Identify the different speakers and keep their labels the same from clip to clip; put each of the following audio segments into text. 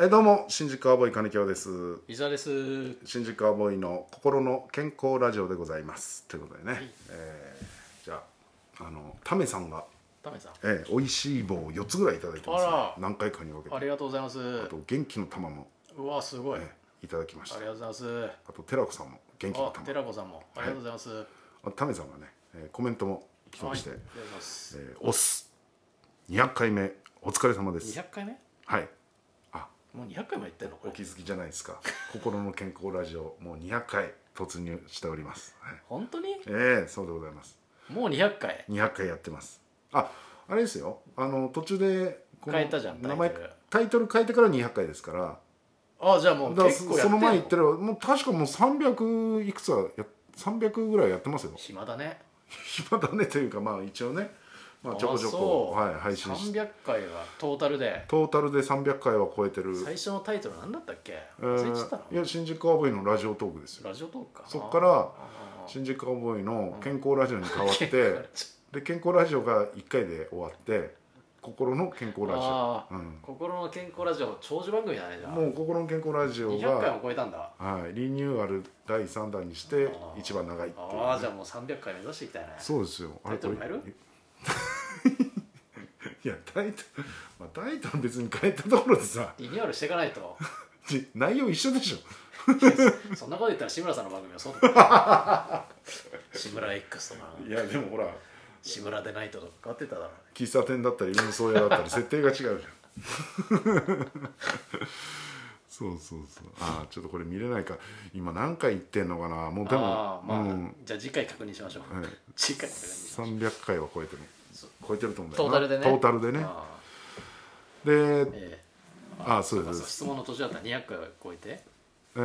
Speaker 1: えどうも新宿アボイ金京です
Speaker 2: 伊沢です
Speaker 1: 新宿アボイの心の健康ラジオでございますということでね、えーじゃああのタメさんが、
Speaker 2: タメさん
Speaker 1: えー、美味しい棒を4つぐらいいただいてます、ね
Speaker 2: あら、
Speaker 1: 何回かに分けて
Speaker 2: ありがとうございます
Speaker 1: あと元気の玉も、
Speaker 2: うわすごい、
Speaker 1: えーいただきました
Speaker 2: ありがとうございます
Speaker 1: あと寺子さんも元気の
Speaker 2: あ
Speaker 1: 玉
Speaker 2: 寺子さんもありがとうございます、はい、
Speaker 1: あとタメさんがね、えーコメントも来てまして
Speaker 2: ありがとうございます
Speaker 1: 「オ、ス、200回目お疲れ様です
Speaker 2: 200回目」
Speaker 1: はい
Speaker 2: もう200回も言ってんのこ
Speaker 1: お
Speaker 2: れ
Speaker 1: 気づきじゃないですか心の健康ラジオもう200回突入しております、はい
Speaker 2: 本当に
Speaker 1: ええそうでございます
Speaker 2: もう200回
Speaker 1: 200回やってますああれですよあの途中でこの
Speaker 2: 変えたじゃん
Speaker 1: 名前
Speaker 2: タイ
Speaker 1: タイト
Speaker 2: トル
Speaker 1: ル変えてから200回ですから
Speaker 2: あじゃあもう
Speaker 1: だから
Speaker 2: 結
Speaker 1: そ
Speaker 2: 構やって
Speaker 1: そ
Speaker 2: んの
Speaker 1: の前言ってるもう確かもう300いくつはや300ぐらいやってますよ
Speaker 2: 暇だね
Speaker 1: 暇だねというかまあ一応ね、まあ、
Speaker 2: あ
Speaker 1: ちょこちょこ、
Speaker 2: そう
Speaker 1: はい、配信して
Speaker 2: 300回はトータルで
Speaker 1: トータルで300回は超えてる
Speaker 2: 最初のタイトル何だったっけ
Speaker 1: え
Speaker 2: 忘れちゃったの
Speaker 1: ー、いや新宿アボイのラジオトークですよ
Speaker 2: ラジオトークか
Speaker 1: そっから新宿アボイの健康ラジオに変わ って、で健康ラジオが1回で終わって心の健康ラジオ、
Speaker 2: ああ
Speaker 1: うん、
Speaker 2: 心の健康ラジオ長寿番組だねじゃあ
Speaker 1: もう心の健康ラジオ
Speaker 2: 200回
Speaker 1: が
Speaker 2: も、超えたんだ
Speaker 1: はい、リニューアル第3弾にして
Speaker 2: あー
Speaker 1: 一番長いっていうね、
Speaker 2: ああじゃあもう300回目指していきたいね
Speaker 1: そうですよ
Speaker 2: タイトル
Speaker 1: これ
Speaker 2: 変え
Speaker 1: いやタイトル、まあ、タイトル別に変えたところでさ
Speaker 2: リニューアルしていかない と
Speaker 1: じ内容一緒でしょ
Speaker 2: そんなこと言ったら志村さんの番組はそうだ ね志村 X とか
Speaker 1: いやでもほら
Speaker 2: 志村でないととか変わってただろうね
Speaker 1: 喫茶店だったり運送屋だったり設定が違うじゃんそうそうそうああちょっとこれ見れないか今何回言ってんのかなもうでも
Speaker 2: ああまあ、
Speaker 1: うん
Speaker 2: じゃあ次回確認しましょう、
Speaker 1: はい、
Speaker 2: 次回確認しましょう
Speaker 1: 300回は超えてる
Speaker 2: そう
Speaker 1: 超えてると思うんだ
Speaker 2: ト
Speaker 1: よ
Speaker 2: ー
Speaker 1: な
Speaker 2: タルでね
Speaker 1: トータルでね
Speaker 2: ああ
Speaker 1: で
Speaker 2: え
Speaker 1: ああそう
Speaker 2: え
Speaker 1: で
Speaker 2: あ
Speaker 1: す
Speaker 2: そう質問の途中だったら200回を超えて
Speaker 1: え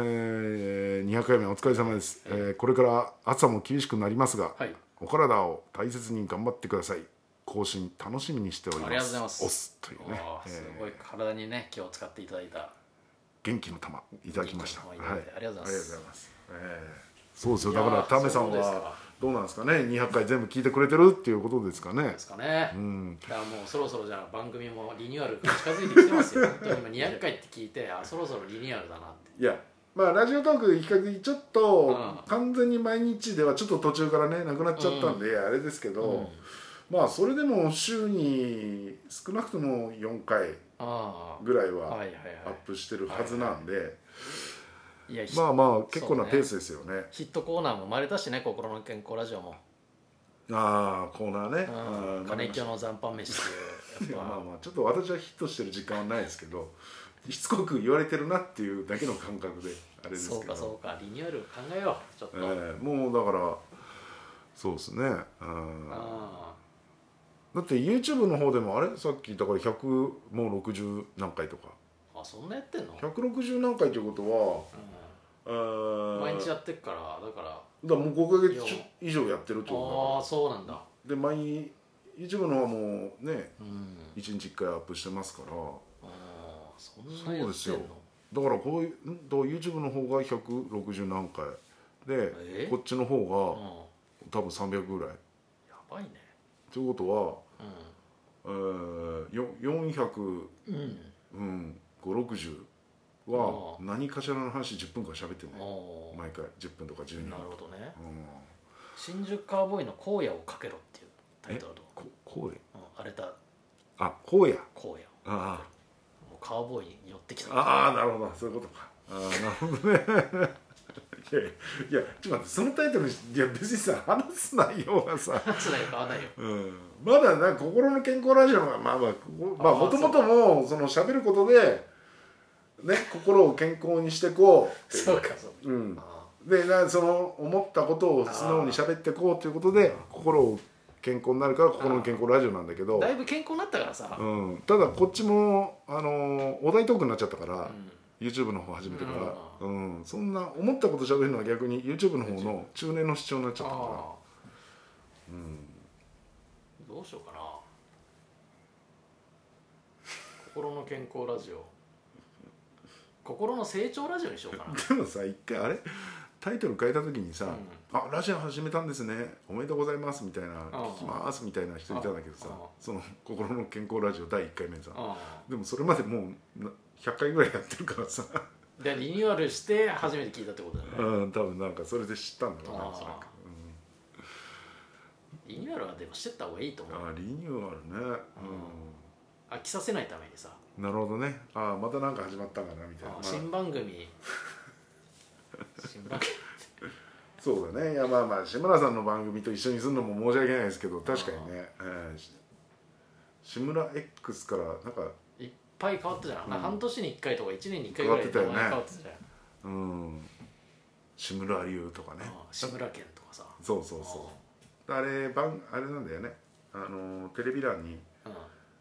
Speaker 1: ー200回目お疲れ様です、えーこれから暑さも厳しくなりますが、
Speaker 2: はい
Speaker 1: お体を大切に頑張ってください更新楽しみにしております
Speaker 2: ありがとうございます
Speaker 1: オスというね
Speaker 2: あ、あ
Speaker 1: えー
Speaker 2: すごい体にね気を使っていただいた
Speaker 1: 元気の玉いただきました、
Speaker 2: 元気の玉いただいてありがとうございます
Speaker 1: ますえーそうですよ
Speaker 2: い
Speaker 1: だ
Speaker 2: やー
Speaker 1: からタメさん
Speaker 2: そうです
Speaker 1: は
Speaker 2: か
Speaker 1: どうなんですかね200回全部聞いてくれてるっていうことですかね
Speaker 2: ですかね、
Speaker 1: ん
Speaker 2: だからもうそろそろじゃあ番組もリニューアルが近づいてきてますよ 本当に今200回って聞いてあそろそろリニューアルだなって
Speaker 1: いやまあラジオトーク比較的ちょっと
Speaker 2: うん
Speaker 1: 完全に毎日ではちょっと途中からねなくなっちゃったんで、あれですけど、まあそれでも週に少なくとも4回
Speaker 2: あ
Speaker 1: ぐらい
Speaker 2: あは
Speaker 1: はい
Speaker 2: はいはい
Speaker 1: アップしてるはずなんで、
Speaker 2: いや、
Speaker 1: まあまあ結構な
Speaker 2: そうね
Speaker 1: ペースですよね
Speaker 2: ヒットコーナーも生まれたしね心の健康ラジオも、
Speaker 1: ああコーナーね
Speaker 2: う
Speaker 1: うん
Speaker 2: ん、金京の残飯飯ってい
Speaker 1: いうや
Speaker 2: やっ
Speaker 1: まあ
Speaker 2: ぱ
Speaker 1: まあちょっと私はヒットしてる時間はないですけどしつこく言われてるなっていうだけの感覚であれです
Speaker 2: そう
Speaker 1: けど
Speaker 2: かそうかリニューアル考えようちょっと、
Speaker 1: ええもうだからそうですね、うん、だ
Speaker 2: あ
Speaker 1: って YouTube の方でもあれさっきだから100もう60何回とか
Speaker 2: あそんなやってんの、
Speaker 1: 160何回ということ
Speaker 2: う
Speaker 1: は、
Speaker 2: ん、毎日
Speaker 1: だか
Speaker 2: やってっからだから
Speaker 1: らもう5ヶ月以上やってるって
Speaker 2: あ
Speaker 1: こ
Speaker 2: あそうなんだ
Speaker 1: とだからで毎 YouTube の方はもうね
Speaker 2: うん
Speaker 1: 1日1回アップしてますから
Speaker 2: ああそんなやっ
Speaker 1: そ
Speaker 2: て
Speaker 1: うんで
Speaker 2: の
Speaker 1: すよだからこういうんだから YouTube の方が160何回で
Speaker 2: え
Speaker 1: こっちの方
Speaker 2: うん
Speaker 1: が多分300ぐらい
Speaker 2: やばいね
Speaker 1: ということは、
Speaker 2: う
Speaker 1: えー、よ400
Speaker 2: ん、うん、
Speaker 1: うん560は何かしらの話10分間喋ってるね
Speaker 2: おー
Speaker 1: 毎回10分とか12分
Speaker 2: なるほどね
Speaker 1: うん
Speaker 2: 「新宿カウボーイの荒野をかけろ」っていうタイトルと、
Speaker 1: ここうや
Speaker 2: うん、荒れた
Speaker 1: あこうや
Speaker 2: 荒野
Speaker 1: あ
Speaker 2: もうカウボーイに寄ってき
Speaker 1: ー
Speaker 2: た
Speaker 1: あーなるほどそういうことかあーなるほどね いやいやいやちょっと待ってそのタイトルにいや別にさ話す内容がさ
Speaker 2: つないか合 わないよ
Speaker 1: うんまだな心の健康ラジオがまあまあここまあ
Speaker 2: あー
Speaker 1: もともともその喋ることでね心を健康にしてこ
Speaker 2: そうかそうか
Speaker 1: う、うん、
Speaker 2: あ
Speaker 1: でなその思ったことを素直に喋ってこうということで心を健康になるから心の健康ラジオなんだけ
Speaker 2: ー
Speaker 1: ど
Speaker 2: だいぶ健康になったからさ、
Speaker 1: うん、ただこっちもあのーお題トークになっちゃったから、
Speaker 2: うん
Speaker 1: YouTube の方始めてから、うんそんな思ったこと喋るのは逆に YouTube の方の中年の主張になっちゃったから
Speaker 2: あーどうしようかな心の健康ラジオ心の成長ラジオにしようかな
Speaker 1: でもさ一回あれタイトル変えた時にさ「あラジオ始めたんですねおめでとうございます」みたいな「聞きます」みたいな人いたんだけどさ
Speaker 2: ああ
Speaker 1: その「心の健康ラジオ」第1回目にさ
Speaker 2: あ
Speaker 1: でもそれまでもうな100回ぐらいやってるから さ
Speaker 2: でリニューアルして初めて聞いたってことだね
Speaker 1: うん多分なんかそれで知ったんだろうな
Speaker 2: あー
Speaker 1: おそらく、うん
Speaker 2: リニューアルはでもしてった方がいいと思う
Speaker 1: あーリニューアルね、
Speaker 2: 飽きさせないためにさ、
Speaker 1: うん、なるほどねああまたなんか始まったんかなみたいな、
Speaker 2: あ
Speaker 1: まあ
Speaker 2: 新番組新番組
Speaker 1: そうだねいやまあまあ志村さんの番組と一緒にするのも申し訳ないですけど確かにね、えーし志村 X からなんか
Speaker 2: いっぱい変わったじゃん、
Speaker 1: うん
Speaker 2: 半年に1回とか1年に1回ぐらい名前
Speaker 1: 変
Speaker 2: 変
Speaker 1: わってたよね
Speaker 2: わってたじゃん、
Speaker 1: うん志村流とか ね
Speaker 2: ああ志村けんとかさ
Speaker 1: そうそうそうあれ番あれなんだよねあのーテレビ欄に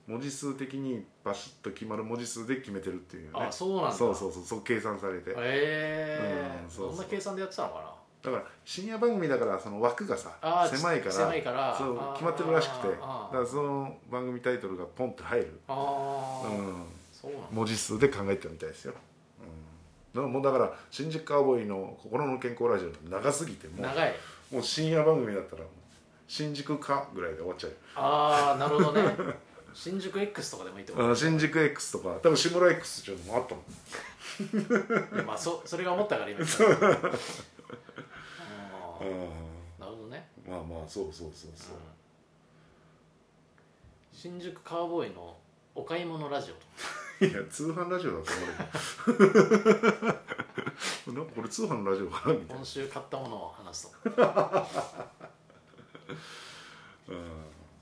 Speaker 2: うん
Speaker 1: 文字数的にバシッと決まる文字数で決めてるっていうね
Speaker 2: ああそうなんだ
Speaker 1: そうそうそうそう計算されて
Speaker 2: え
Speaker 1: うん
Speaker 2: え
Speaker 1: そうそう
Speaker 2: どんな計算でやってたのかな
Speaker 1: だから深夜番組だからその枠がさ
Speaker 2: ああ
Speaker 1: 狭いから
Speaker 2: 狭いから
Speaker 1: そう
Speaker 2: ああ
Speaker 1: 決まってるらしくてだ
Speaker 2: ああ
Speaker 1: からその番組タイトルがポンと入る、
Speaker 2: ああ、
Speaker 1: うん、
Speaker 2: そうなんだ
Speaker 1: 文字数で考えてたみたいですよ、うん、だからもうだから新宿カウボーイの「心の健康ラジオ」長すぎてもう
Speaker 2: 長い
Speaker 1: もう深夜番組だったらもう新宿かぐらいで終わっちゃう
Speaker 2: ああなるほどね 新宿 X とかでもいいってこと
Speaker 1: あ新宿 X とか多分志村 X っていうのもあったもん
Speaker 2: まあそそれが思ったから今言ったああ
Speaker 1: う
Speaker 2: なるほどね、
Speaker 1: んまあまあそうそうそう
Speaker 2: う
Speaker 1: そう、
Speaker 2: ん新宿カウボーイのお買い物ラジオと
Speaker 1: いや通販ラジオだと思うよ なんかこれ通販のラジオかなみたいな
Speaker 2: 今週買ったものを話すと
Speaker 1: うん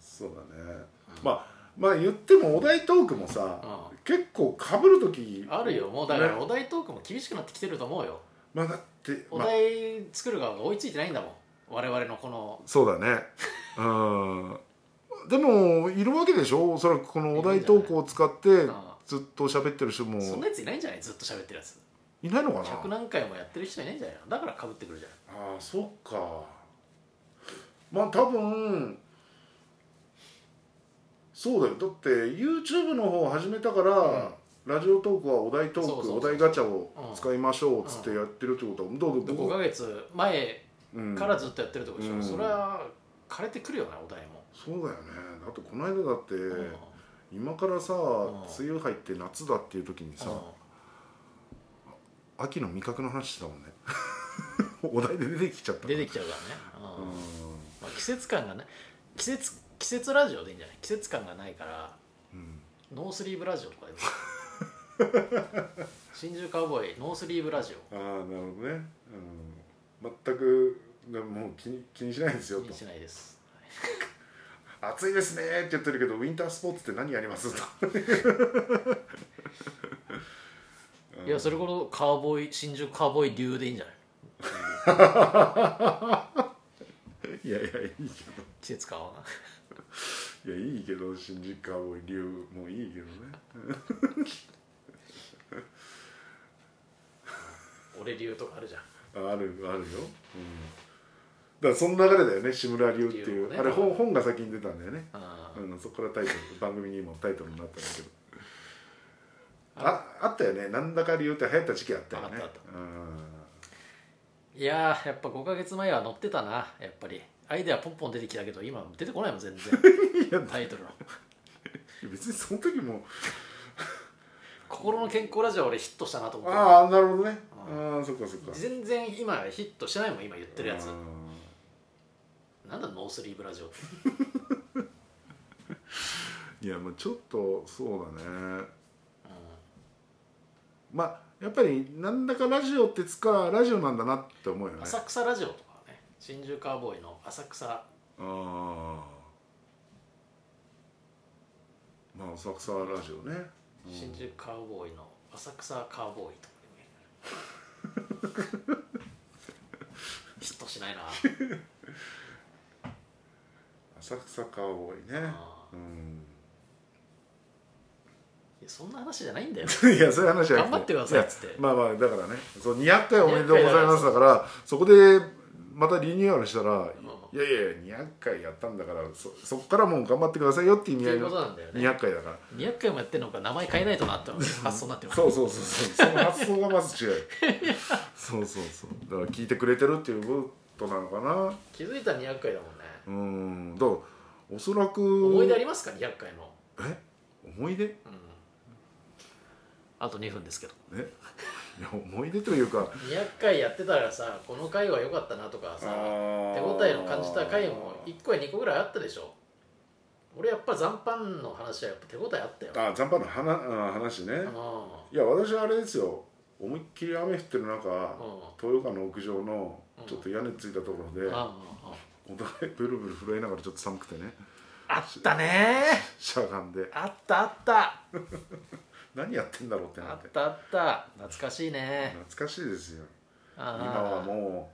Speaker 1: そうだね、まあまあ言ってもお題トークもさ、
Speaker 2: う
Speaker 1: 結構かぶる時
Speaker 2: あるよもうだから
Speaker 1: ね
Speaker 2: お題トークも厳しくなってきてると思うよ
Speaker 1: まあだって
Speaker 2: お
Speaker 1: まあ、
Speaker 2: 題作る側が追いついてないんだもん我々のこの
Speaker 1: そうだねうんでもいるわけでしょおそらくこのお題トークを使って
Speaker 2: あ
Speaker 1: ずっと喋ってる人も
Speaker 2: そんなやついないんじゃないずっと喋ってるやつ
Speaker 1: いないのかな
Speaker 2: 100何回もやってる人いないんじゃないのだからかぶってくるじゃん
Speaker 1: ああそっかまあ多分そうだよだって YouTube の方を始めたから、ラジオトークはお題トーク
Speaker 2: そうそうそう
Speaker 1: お題ガチャを使いましょうっつってやってるってことは、どう
Speaker 2: で
Speaker 1: ど
Speaker 2: 5
Speaker 1: う
Speaker 2: ヶ月前
Speaker 1: うん、
Speaker 2: からずっとやってるってことでしょ、
Speaker 1: うん
Speaker 2: それは枯れてくるよねお題も、
Speaker 1: そうだよねだってこの間だって、
Speaker 2: うん
Speaker 1: 今からさ、
Speaker 2: ん
Speaker 1: 梅雨入って夏だっていう時にさ、
Speaker 2: うん
Speaker 1: 秋の味覚の話してたもんね お題で出てきちゃった
Speaker 2: 出て
Speaker 1: き
Speaker 2: きちゃうからね、
Speaker 1: う
Speaker 2: うん
Speaker 1: ん
Speaker 2: まあ、季節感がね季節季節ラジオでいいんじゃない季節感がないから
Speaker 1: うん
Speaker 2: ノースリーブラジオとかでも 新宿カウボーイノースリーブラジ
Speaker 1: ああなるほどね、うん、全くねもう気に気にしないんです
Speaker 2: オ
Speaker 1: よ
Speaker 2: 気
Speaker 1: と
Speaker 2: にしないです
Speaker 1: 暑いですねって言ってるけどウィンタースポーツって何やりますと
Speaker 2: いやそれこそカウボーイ新宿カウボーイ流でいいんじゃない
Speaker 1: いやいやいい
Speaker 2: 季節感はな
Speaker 1: けどいやいいけど新宿カウボーイ流もういいけどね
Speaker 2: 俺流とかあるじゃん
Speaker 1: ああるあるよ、うん、だからその流れだよね志村流ってい
Speaker 2: 流
Speaker 1: う、
Speaker 2: もね
Speaker 1: あれ本本が先に出たんだよね、
Speaker 2: うん
Speaker 1: うん、そこからタイトル番組にもタイトルになったんだけどああったよねなんだか理由って流行った時期あったよね
Speaker 2: あったあっ
Speaker 1: うん
Speaker 2: いやーやっぱ5ヶ月前は乗ってたなやっぱりアイデアポンポン出てきたけど今出て こないもん全然タイトルの
Speaker 1: 別にその時も
Speaker 2: 「心の健康ラジオ」俺ヒットしたなと思って
Speaker 1: ああなるほどねああそっかそっか
Speaker 2: 全然今ヒットしてないもん今言ってるやつ
Speaker 1: あ
Speaker 2: なんだノースリーブラジオって
Speaker 1: ーいやまあちょっとそうだねまあやっぱりなんだかラジオってつかラジオなんだなって思うよね
Speaker 2: 浅草ラジオとかね新宿カーボーイの浅草
Speaker 1: ああまあ浅草ラジオね
Speaker 2: 新宿カーボーイの浅草カーボーイとかでもいい なヒットしないな
Speaker 1: 浅草カウボーイね
Speaker 2: あ
Speaker 1: う
Speaker 2: いやそんな話じゃないんだよ
Speaker 1: ん いやそういう話じゃなく
Speaker 2: 頑張ってくださいっつって
Speaker 1: やまあまあだからねそう200回おめでとうございますだからそこでまたリニューアルしたら、いやいや200回やったんだからそそこからもう頑張ってくださいよっていう
Speaker 2: って
Speaker 1: 意味合
Speaker 2: い
Speaker 1: いう
Speaker 2: こと
Speaker 1: の
Speaker 2: なんだよね
Speaker 1: 200回だから
Speaker 2: 200回もやってんのか名前変えないとなって思う発想になってます
Speaker 1: そうそうそうそうその発想がまず違 うそうそうそうだから聞いてくれてるっていうことなのかな
Speaker 2: 気づいたら200回だもん
Speaker 1: うん
Speaker 2: ね
Speaker 1: だからおそらく
Speaker 2: 思い出ありますか200回の
Speaker 1: え思い出
Speaker 2: うんあと2分ですけど
Speaker 1: ねいや思い出というか
Speaker 2: 200回やってたらさこの回は良かったなとか
Speaker 1: 手
Speaker 2: さ手応えの感じた回も1個や2個ぐらいあったでしょ俺やっぱ残飯の話はやっぱ手応えあったよ
Speaker 1: あ残飯の話あ話ね
Speaker 2: う
Speaker 1: いや私はあれですよ思いっきり雨降ってる中
Speaker 2: んうん
Speaker 1: 豊川の屋上の
Speaker 2: うん
Speaker 1: ちょっと屋根ついたところで
Speaker 2: うんうんうん
Speaker 1: お互いブルブル震えながらちょっと寒くてね
Speaker 2: あったね
Speaker 1: しゃがんで
Speaker 2: あったあった
Speaker 1: 何やってんだろうってな
Speaker 2: あ
Speaker 1: って
Speaker 2: ったあった懐かしいね
Speaker 1: 懐かしいですよ
Speaker 2: 今
Speaker 1: 今はも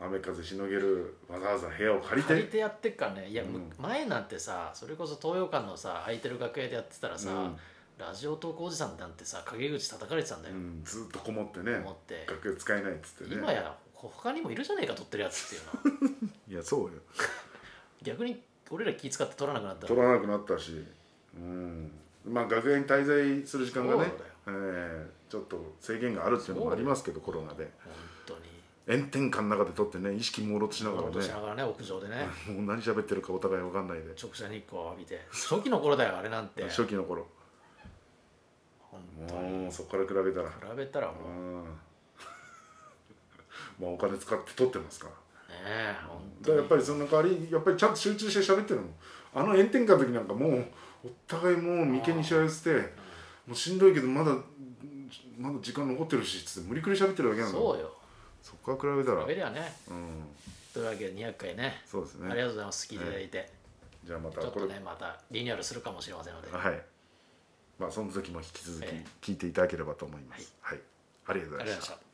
Speaker 1: う雨風しのげるわざわざ部屋を借りて
Speaker 2: 借りてやってっからねいや、む
Speaker 1: うん
Speaker 2: 前なんてさそれこそ東洋館のさ空いてる楽屋でやってたらさ、
Speaker 1: うん
Speaker 2: ラジオトークおじさんなんてさ陰口叩かれてたんだ
Speaker 1: う
Speaker 2: よ、
Speaker 1: ん、ずっとこもってね
Speaker 2: 思って
Speaker 1: 楽屋使えないっつってね
Speaker 2: 今や他にもいるじゃねえか撮ってるやつっていうの
Speaker 1: いやそうよ
Speaker 2: 逆に俺ら気使って撮らなくなった
Speaker 1: 取らなくなったし、うん、まあ楽屋に滞在する時間が
Speaker 2: そうだ
Speaker 1: ね
Speaker 2: よ、
Speaker 1: えーちょっと制限があるっていうのもありますけどコロナで
Speaker 2: 本当に
Speaker 1: 炎天下の中で撮ってね意識朦朧としながら
Speaker 2: こんなことしな
Speaker 1: ね
Speaker 2: がらね屋上でね
Speaker 1: もう何喋ってるかお互い分かんないで
Speaker 2: 直射日光を浴びて初期の頃だよあれなんて
Speaker 1: 初期の頃
Speaker 2: 本当に
Speaker 1: もうそこから比べたら
Speaker 2: 比べたらも
Speaker 1: う
Speaker 2: うね
Speaker 1: ん まあお金使って撮ってますから
Speaker 2: え本
Speaker 1: だから
Speaker 2: 当に
Speaker 1: やっぱりその代わりやっぱりちゃんと集中して喋ってるのあの炎天下の時なんかもうお互いもう眉間にしわ寄せてもうしんどいけどまだまだ時間残ってるしっつって無理くり喋ってるだけなの
Speaker 2: そうよ
Speaker 1: そこから比べたら
Speaker 2: 比べりゃね
Speaker 1: うん
Speaker 2: というわけで200回ね
Speaker 1: そうです
Speaker 2: ありがと
Speaker 1: ね
Speaker 2: うございます聞いていただいて、
Speaker 1: じゃあまた
Speaker 2: ちょっ
Speaker 1: ことれ、
Speaker 2: ねまたリニューアルするかもしれませんので、
Speaker 1: はいまあその時も引き続き
Speaker 2: え
Speaker 1: 聞いていただければと思います、はい、ありがとうご
Speaker 2: あ
Speaker 1: ざい
Speaker 2: りがとうござい
Speaker 1: ま
Speaker 2: ま
Speaker 1: し
Speaker 2: したた